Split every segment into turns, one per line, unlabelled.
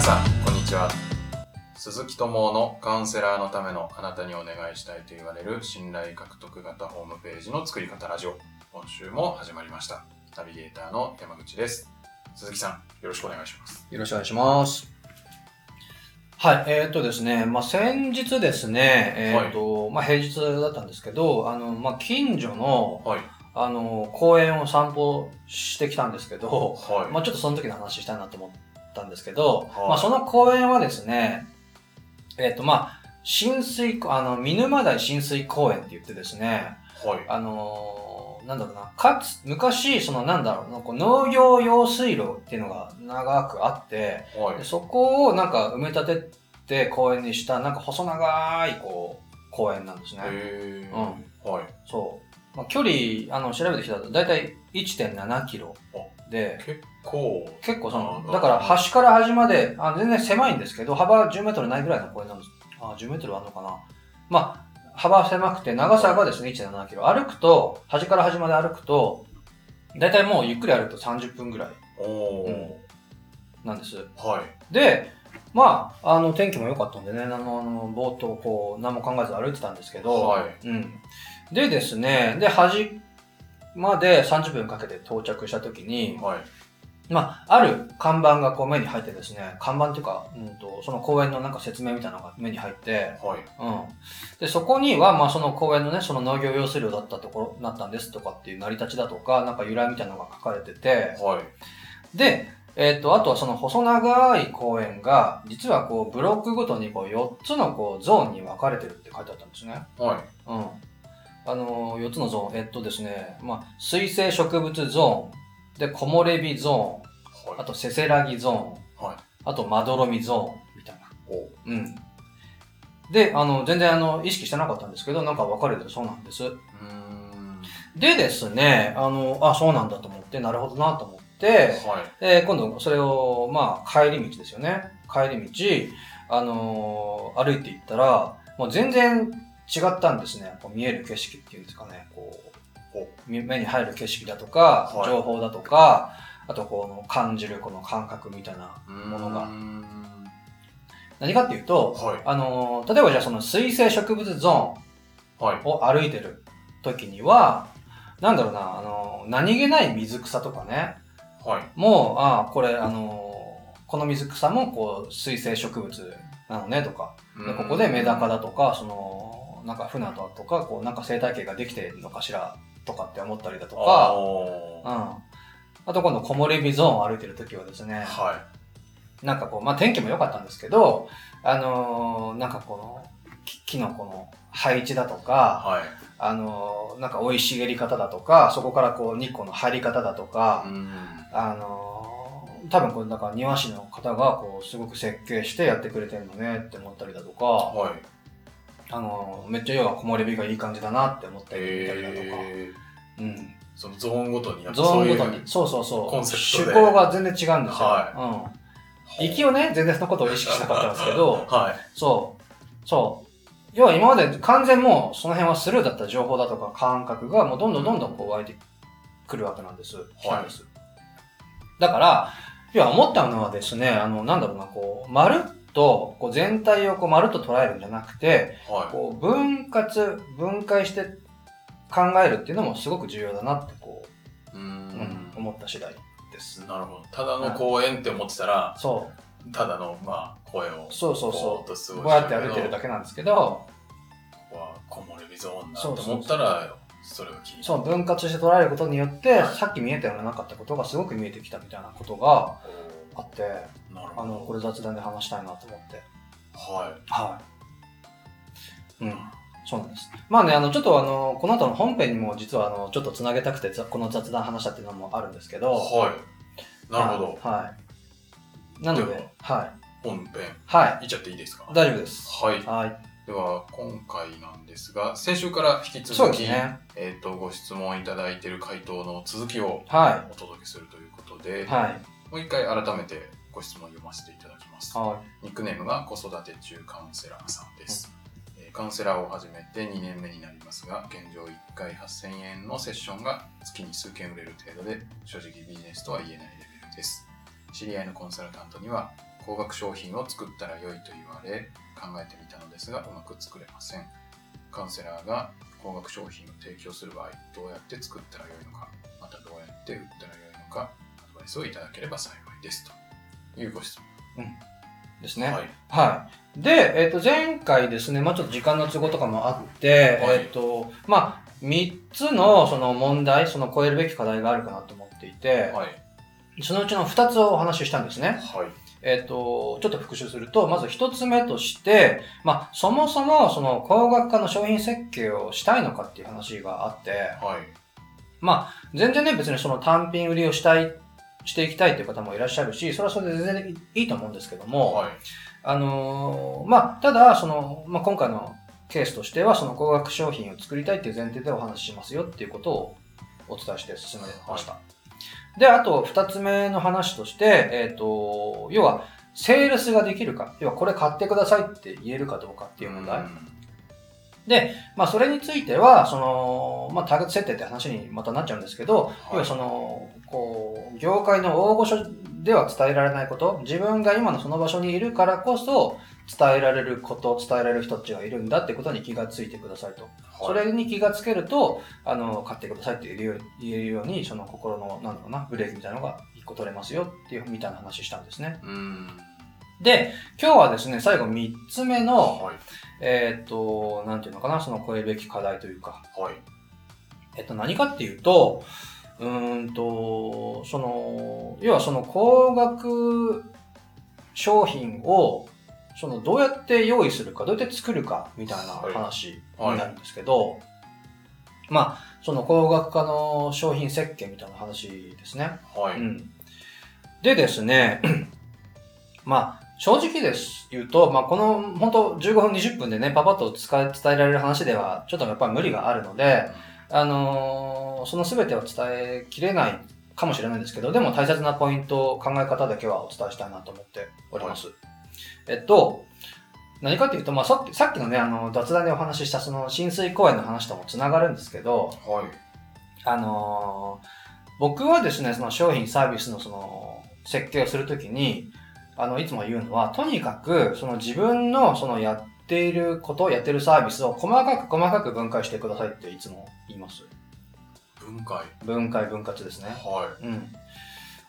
さんこんにちは鈴木智夫のカウンセラーのためのあなたにお願いしたいと言われる信頼獲得型ホームページの作り方ラジオ今週も始まりましたナビゲーターの山口です鈴木さんよろしくお願いします
よろしくお願いします。はい、えっ、とですね、まあ、先日ですね、えっ、と、まあ、平日だったんですけど、あの、まあ、近所の、
はい
あの、公園を散歩してきたんですけど、
はい、
まあ、ちょっとその時の話したいなと思ったんですけど、
はい
まあ、その公園はですね、えっ、と、まあ、浸水、あの、見沼台浸水公園って言ってですね、
はい
あのーなんだろうな、かつ、昔、その、なんだろうな、こう農業用水路っていうのが長くあって、
はい
でそこをなんか埋め立てて公園にした、なんか細長い、こう、公園なんですね。
えー
う
はい
そう。まあ、距離、あの、調べてきたら、だいたい1.7キロで、
結構
結構その
あ、
だから端から端まで、あ全然狭いんですけど、幅10メートルないぐらいの公園なんです。あ、10メートルあるのかな。まあ、幅狭くて、長さがですね、1.7キロ。歩くと、端から端まで歩くと、だいたいもうゆっくり歩くと30分ぐらい
おおー、
うんなんです。
はい
で、まあ、あの、天気も良かったんでね、あの、あのぼーっとこう、何も考えず歩いてたんですけど、
はい
うん。でですね、で、端まで30分かけて到着した時に、
はい
まあ、ある看板がこう目に入ってですね、看板っていうか、うんと、その公園のなんか説明みたいなのが目に入って、
はい
うん。で、そこには、まあ、その公園のね、その農業用水量だったところ、なったんですとかっていう成り立ちだとか、なんか由来みたいなのが書かれてて、
はい
で、えっ、と、あとはその細長い公園が、実はこう、ブロックごとにこう、4つのこう、ゾーンに分かれてるって書いてあったんですね。
はい
うん。あのー、4つのゾーン、えっとですね、まあ、水生植物ゾーン、で、木漏れ日ゾーン、
はい
あと、せせらぎゾーン。
はい
あと、まどろみゾーン。みたいな。
お
うん。で、あの、全然、あの、意識してなかったんですけど、なんか分かれてるそうなんです。
うーん
でですね、あの、あ、そうなんだと思って、なるほどなと思って、
はい
えー今度、それを、まあ、帰り道ですよね。帰り道、あのー歩いていったら、もう全然違ったんですね。こう見える景色っていうんですかね。こ
お
う、み目に入る景色だとか、
はい
情報だとか、あと、この感じるこの感覚みたいな
も
のが
は
何かっていうと、
い。
あのー例えばじゃあその水生植物ゾ
はい
ー。ンを歩いてる時には、なんだろうな、あのー何気ない水草とかね、
はい。
もう、ああ、これ、あのーこの水草もこう、水生植物なのねとか、でここでメダカだとか、その、なんか船だとか、こう、なんか生態系ができてるのかしらとかって思ったりだと
と
か、うん。
は
あと今度、木漏れ日ゾーンを歩いてる時はですね、
い。
なんかこう、まあ天気も良かったんですけど、あのーなんかこの、き木のこの配置だとか、
はい。
あのーなんか生い茂り方だとか、そこからこう日光の入り方だとか
う、ん
あのー多分これだから庭師の方がこう、すごく設計してやってくれてるのねって思ったりだとか、
はい。
あのーめっちゃ要は木漏れ日がいい感じだなって思ったりだとか、
えー、
うん。
そのゾーンごとにやっぱ
ゾーンごと
そういう
に、そうそうそう、
コンセプトで
趣向が全然違うんですよ。
は
うん。息をね、全然そのことを意識しなかったんですけど、
は
そう。そう。要は今まで完全もうその辺はスルーだった情報だとか感覚がもうどんどんどんどんこう湧いてくるわけなんです。来たんですだから、要は思ったのはですね、あの、なんだろうな、こう、まるっと、こう全体をこうまるっと捉えるんじゃなくて、
い。は
こう分割、分解して考えるっていうのもすごく重要だなってこ
い。うー
う、うんん、。思った次第です。
なるほど。ただの公園って思ってたら、
そ
ただの、まあ、声を
う、。そうそう
ぼー
そ
っと過
う。こ
ご
うやって歩いてるだけなんですけど、
けは、こもれびゾーンだと思ったら、それが気に
そう、分割して捉えることによって、
はい
さっき見えたようななかったことがすごく見えてきたみたいなことがあって、
おーなる
あ
ほ
の、
ど。
これ雑談で話したいなと思って。
は
はい。うん。そうなんです。まあね、あの、ちょっとあの、この後の本編にも実はあの、ちょっとつなげたくて、ざこの雑談話したっていうのもあるんですけ
い。
ど。
はい。なるほど。
はい。なの
で
で、はい。
本編、
はい
っちゃっていいですか
い。大丈夫です。
はい。
はい。
では今回なんですが先週から引き
そ
続
うです
き、
ね。
えー、とご質問いただいている回答の続きを
は
お届けするということで、
い。はい。
もう一回改めてご質問を読ませていただきます
は
ニックネームが子育て中カウンセラーさんです、えーカウンセラーを始めて2年目になりますが現状1回8000円のセッションが月に数件売れる程度で正直ビジネスとは言えないレベルです知り合いのコンサルタントには高額商品を作ったら良いと言われ考えてみたのですがうまく作れませんカウンセラーが高額商品を提供する場合どうやって作ったら良いのかまたどうやって売ったら良いのかアドバイスをいただければ幸いですというご質問
ですね。
はい
はい。で、えっ、と、前回ですね、まあちょっと時間の都合とかもあって、
はい
えっ、と、まあ3つのその問題、その超えるべき課題があるかなと思っていて、
はい
そのうちの2つをお話ししたんですね。
はい
えっ、と、ちょっと復習すると、まず1つ目として、まあそもそもその高額化の商品設計をしたいのかっていう話があって、
はい
まあ全然ね、別にその単品売りをしたい、していきたいっていう方もいらっしゃるし、それはそれで全然いいと思うんですけども、
はい
あのーまあ、ただ、その、まあ、今回のケースとしては、その高額商品を作りたいっていう前提でお話ししますよっていうことをお伝えして進めました。で、あと、二つ目の話として、えっ、と、要は、セールスができるか、要はこれ買ってくださいって言えるかどうかっていう問題。
うん
まあ、それについては、その、まあ、ターゲット設定って話にまたなっちゃうんですけど、要はその、こう、業界の大御所では伝えられないこと、自分が今のその場所にいるからこそ、伝えられること、伝えられる人たちがいるんだってことに気がついてくださいと。
はい
それに気がつけると、あの、買ってくださいって言えるように、言えるようにその心の、なんだろうな、ブレーキみたいなのが一個取れますよっていう、みたいな話したんですね。
うん
で、今日はですね、最後3つ目の、
はい
えーっと、なんていうのかな、その超えるべき課題というか、
はい
えっと、何かっていうと、うーんと、その、要はその高額商品を、そのどうやって用意するか、どうやって作るか、みたいな
はい
話
はい
になるんですけど、まあ、その高額化の商品設計みたいな話ですね。
はい
うん。でですね、 まあ、正直です、言うと、まあ、この、本当15分、20分でね、パパッと使い伝えられる話では、ちょっとやっぱり無理があるので、あのーその全てを伝えきれないかもしれないんですけど、でも大切なポイント、考え方だけはお伝えしたいなと思っております。えっと、何かっていうと、まあ、さっきさっきのね、あの、雑談でお話しした、その、浸水公園の話ともつながるんですけど、
はい
あのー僕はですね、その商品サービスのその、設計をするときに、あの、いつも言うのは、とにかく、その自分の、その、やっていること、やってるサービスを細かく細かく分解してくださいっていつも言います。
分解
分解分割ですね。
は
うん。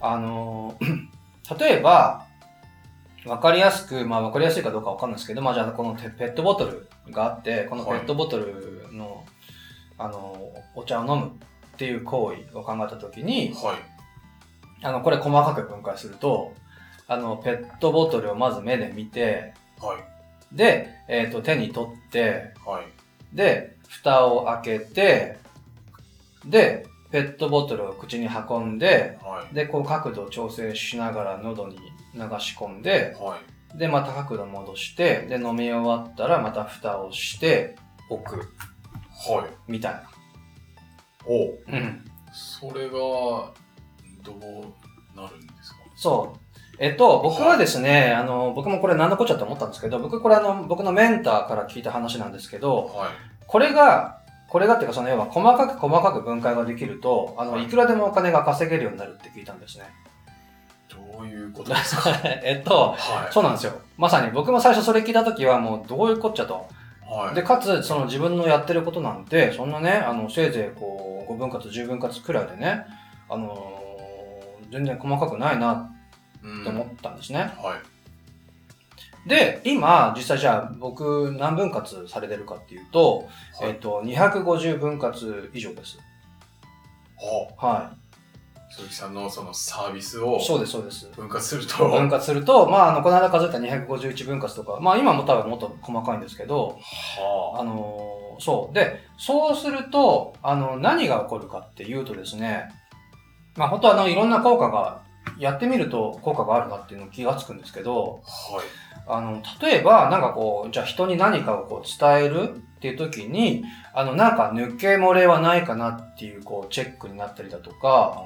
あのー 例えば、わかりやすく、まあわかりやすいかどうかわかんないですけど、まあじゃあこのペペットボトルがあって、このペットボトルの、あのーお茶を飲むっていう行為を考えたとき
い
に、
はい
あの、これ細かく分解すると、あの、ペットボトルをまず目で見て、
はい
で、えっ、と、手に取って、
はい
で、蓋を開けて、で、ペットボトルを口に運んで、
はい
で、こう角度を調整しながら喉に流し込んで、
はい
で、また角度戻して、で、飲み終わったらまた蓋をして、置く、
はい
みたい
おう
な。うん。
それがどうなるんですか
そう。えっと、僕はですね、あの、僕もこれ何のこっちゃと思ったんですけど、僕これあの、僕のメンターから聞いた話なんですけど、
はい
これが、これがっていうかその要は細かく細かく分解ができると、あの、
はい
いくらでもお金が稼げるようになるって聞いたんですね。
どういうことですか
えっと、
はい
そうなんですよ。まさに僕も最初それ聞いた時はもうどういうこっちゃと。
はい
で、かつ、その自分のやってることなんて、そんなね、あの、せいぜいこう、5分割、10分割くらいでね、あのー全然細かくないな
うん
と思ったんですね。
はい
で、今、実際じゃあ僕何分割されてるかっていうと、
はい
えっと、250分割以上です。
あ
は
鈴木さんのそのサービスを
い。そうです、そうです。
分割すると
分割すると、まあ、あの、この間数えた251分割とか、まあ今も多分もっと細かいんですけど、
は
あのーそう。で、そうすると、あの、何が起こるかっていうとですね、まあ、本当あの、いろんな効果が、やってみると効果があるなっていうの気がつくんですけど、
あはい
あの、例えば、なんかこう、じゃあ人に何かをこう伝えるっていう時に、あの、なんか抜け漏れはないかなっていう、こう、チェックになったりだとか、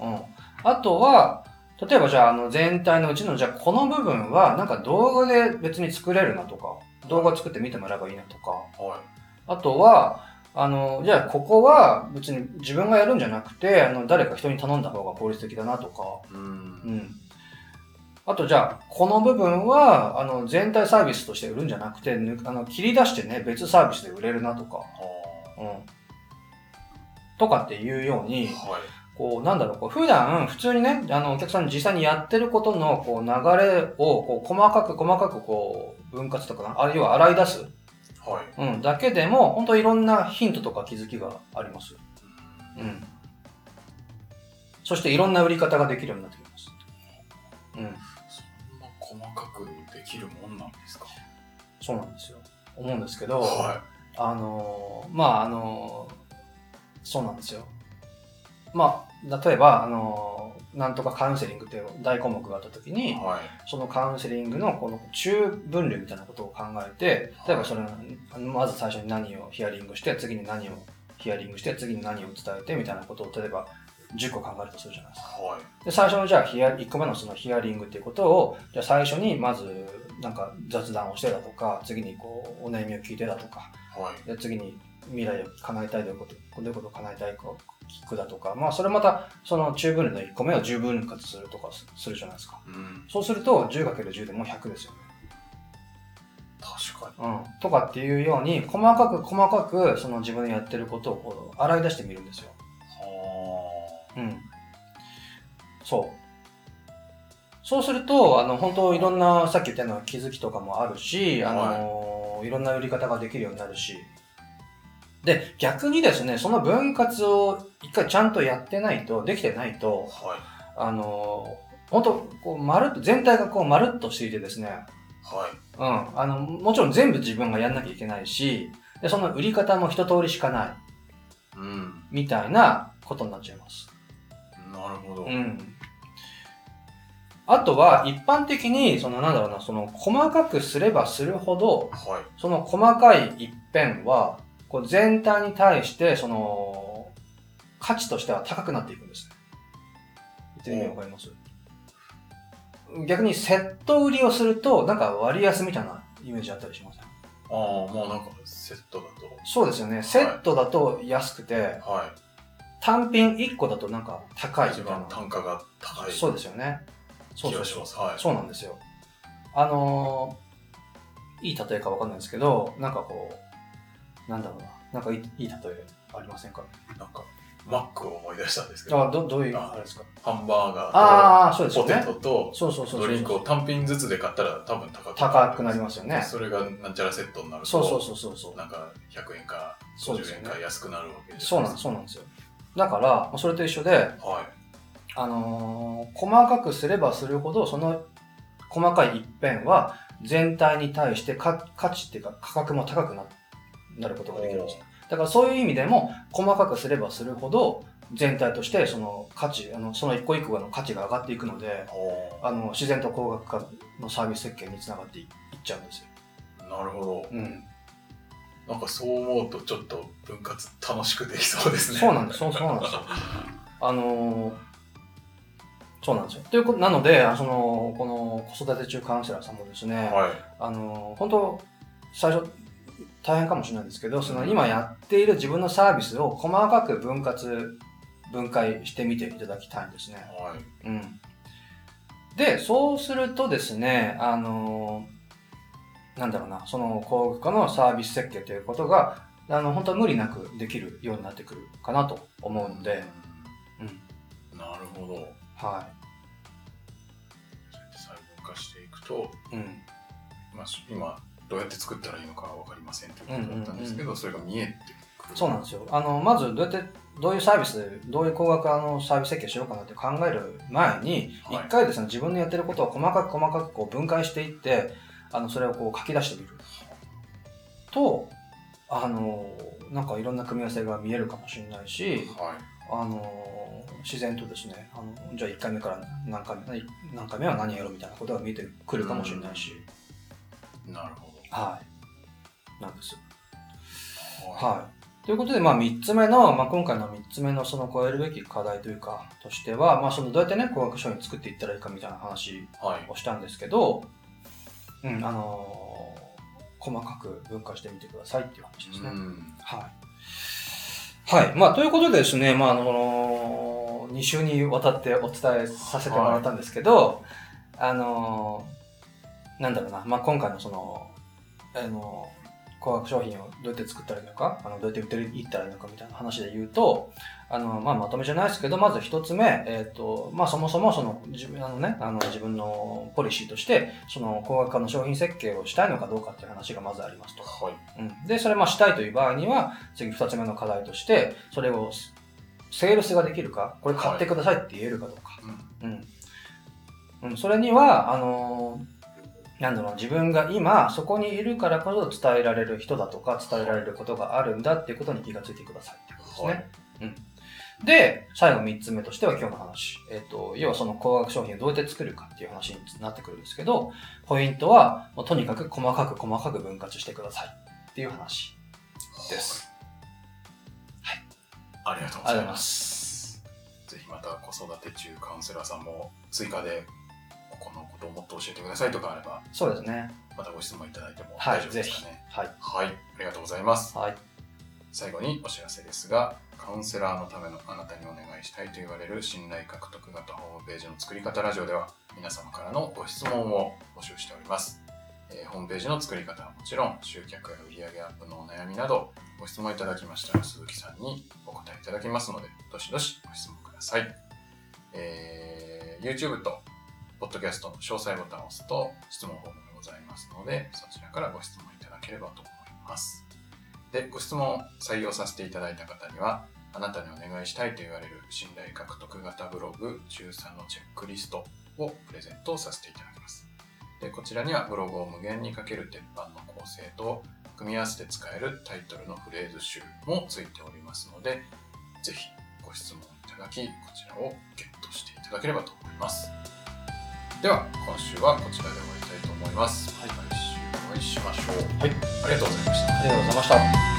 うん。あとは、例えばじゃあ、あの、全体のうちの、じゃあこの部分は、なんか動画で別に作れるなとか、動画作って見てもらえばいいなとか、
は
あとは、あの、じゃあここは別に自分がやるんじゃなくて、あの、誰か人に頼んだ方が効率的だなとか、
いうん
うん。あとじゃあ、この部分は、あの、全体サービスとして売るんじゃなくて、ぬあの切り出してね、別サービスで売れるなとか、うん。とかっていうように、
はい。
こう、なんだろう、こう普段、普通にね、あの、お客さんに実際にやってることの、こう、流れを、こう、細かく細かく、こう、分割とかな、あるいは洗い出す、
はい。
うん、だけでも、本当いろんなヒントとか気づきがあります。うん。そして、いろんな売り方ができるようになってきます。うん。
そんな細かくできるもんなんですか
そうなんですよ。思うんですけど、
は
あのーまああのーそうなんですよ。まあ例えばあのーなんとかカウンセリングっていう大項目があった時
い。
に
は
そのカウンセリングのこの中分類みたいなことを考えて例えばそれあのまず最初に何をヒアリングして次に何をヒアリングして次に何を伝えてみたいなことを例えば10個考えるとするじゃないですか。
い。はい。
で最初のじゃあヒア1個目のそのヒアリングっていうことをじゃあ最初にまずなんか雑談をしてだとか次にこうお悩みを聞いてだとか
はい。
で次に未来を叶えたいどういうことどういうことを叶えたいかを聞くだとかまあそれまたその中分類の1個目を十分割するとかすするじゃないですか
うん。
そうすると 10×10 でもう100ですよね、
確かに。
うん、とかっていうように細かく細かくその自分のやってることをこう洗い出してみるんですよ
は
うん。そう。そうすると、あの、本当いろんな、さっき言ったような気づきとかもあるし、あの、い、ろんな売り方ができるようになるし。で、逆にですね、その分割を一回ちゃんとやってないと、できてない
あ。
と、
はい。
あの、本当こう、まるっと、全体がこう、まるっとしていてですね、
はい。
うん。あの、もちろん全部自分がやんなきゃいけないし、で、その売り方も一通りしかない、
うん。
みたいなことになっちゃいます。
なるほど。
うん。あとは、一般的に、その、なんだろうな、その、細かくすればするほど、
はい。
その細かい一辺は、こう全体に対して、その、価値としては高くなっていくんですね。言ってみようわかります逆に、セット売りをすると、なんか割安みたいなイメージあったりしません
ああ、まあなんかセットだと。
そうですよね。セットだと安くて、
は
単品1個だとなんか高い
い。
みた
一
いな
番。単価が高い気
そう
が
ですよね。そうそう
し
そう
ま。す。はい。
そうなんですよ。あのーいい例えかわかんないですけど、なんかこう、なんだろうな、なんかいいいい例えありませんか
なんか、マックを思い出したんですけど、
あどどういう
あ
あれですか
ハンバーガ
ああ、そう
ー
です
と、
よ
ポテ
ね。
トと、
そうそうそうそう。
ドリンクを単品ずつで買ったら多分高く
高くなりますよね。
それがなんちゃらセットになると、
そうそうそうそうそう。
なんか100円か
そうです
50
よ
円
ね
か。安くなるわけじ
そ
ゃ
う
な
ないん
で
ですす、そうなんですよ。だから、それと一緒で、
か。はい。
あのー細かくすればするほど、その細かい一辺は全体に対してか価値っていうか価格も高くななることができるんです。だからそういう意味でも、細かくすればするほど、全体としてその価値、あのその一個一個の価値が上がっていくので、
おー
あの自然と高額化のサービス設計につながっていいっちゃうんですよ。
なるほ
うん。
ど。なんかそう思うとちょっと分割楽しくできそうですね。
そうなんです、そうそうなんですよ。あのーそうなんですよ。ということなので、あその、この子育て中カウンセラーさんもですね、
はい。
あのー本当、最初、大変かもしれないですけど、その今やっている自分のサービスを細かく分割、分解してみていただきたいんですね。
はい。
うん。で、そうするとですね、あのーなんだろうな、その高額化のサービス設計ということが、あの、本当は無理なくできるようになってくるかなと思うので、
うん、なるほどそうやって
は
細分化していくと、
い。うん。
まあ、今どうやって作ったらいいのか分かりませんということだったんですけど、それが見えてくる
そうなんですよ。あの、まずどうやって、どういうサービスで、どういう高額化のサービス設計しようかなって考える前に、一、
はい
回ですね、自分のやってることを細かく細かくこう分解していって、あの、それをこう書き出してみる。と、あの、なんかいろんな組み合わせが見えるかもしれないし、
はい
あの、自然とですね、あの、じゃあ1回目から何回目、何回目は何やろうみたいなことが見えてくるかもしれないし、
なるほど
はい。なんです。はい。ということで、まあ、3つ目の、まあ、今回の3つ目のその超えるべき課題というか、としては、まあ、そのどうやってね、高額商品作っていったらいいかみたいな話
はい、
をしたんですけど、うん、あのー細かく分解してみてくださいっていう話ですね。
うん
はい。はい。まあ、ということでですね、まあ、あの、2週にわたってお伝えさせてもらったんですけど、あのーなんだろうな、まあ、今回のその、あのー高額商品をどうやって作ったらいいのか、あのどうやって売っていったらいいのかみたいな話で言うと、あのーまあ、まとめじゃないですけど、まず一つ目、えっ、と、まあ、そもそもその、自分あのね、あの自分のポリシーとして、その高額化の商品設計をしたいのかどうかっていう話がまずありますと。
はい。
うん、で、それまあしたいという場合には、次2つ目の課題として、それをセセールスができるか、これ買ってくださいって言えるかどうか。
うん。
うん。うん、それには、あのーなんだろう、自分が今そこにいるからこそ伝えられる人だとか、伝えられることがあるんだっていうことに気がついてくださいっていうことですね。
はい。
で、最後3つ目としては今日の話。えっ、と、要はその高額商品をどうやって作るかっていう話になってくるんですけど、ポイントは、もうとにかく細かく細かく分割してくださいっていう話。です。
はい。ありがとうございます。ぜひまた子育て中カウンセラーさんも追加でここのことをもっと教えてくださいとかあれば、
そうですね。
またご質問いただいても
は
大丈
い、
夫
ぜ
です
ひ
かね。。
はい。
はい、ありがとうございます。
はい。
最後にお知らせですが、カウンセラーのためのあなたにお願いしたいと言われる信頼獲得型ホームページの作り方ラジオでは、皆様からのご質問を募集しております。えーホームページの作り方はもちろん、集客や売上アップのお悩みなど、ご質問いただきましたら鈴木さんにお答えいただきますので、どしどしご質問ください。えー YouTube と Podcast の詳細ボタンを押すと質問フォームがございますので、そちらからご質問いただければと思います。で、ご質問を採用させていただいた方には、あなたにお願いしたいと言われる信頼獲得型ブログ13のチェックリストをプレゼントさせていただきます。で、こちらにはブログを無限にかける鉄板の構成と組み合わせて使えるタイトルのフレーズ集もついておりますので、ぜひご質問いただき、こちらをゲットしていただければと思います。では、今週はこちらで終わりたいと思います。
はい
来週お会いしましょう。
はい
ありがとうございました。
ありがとうございました。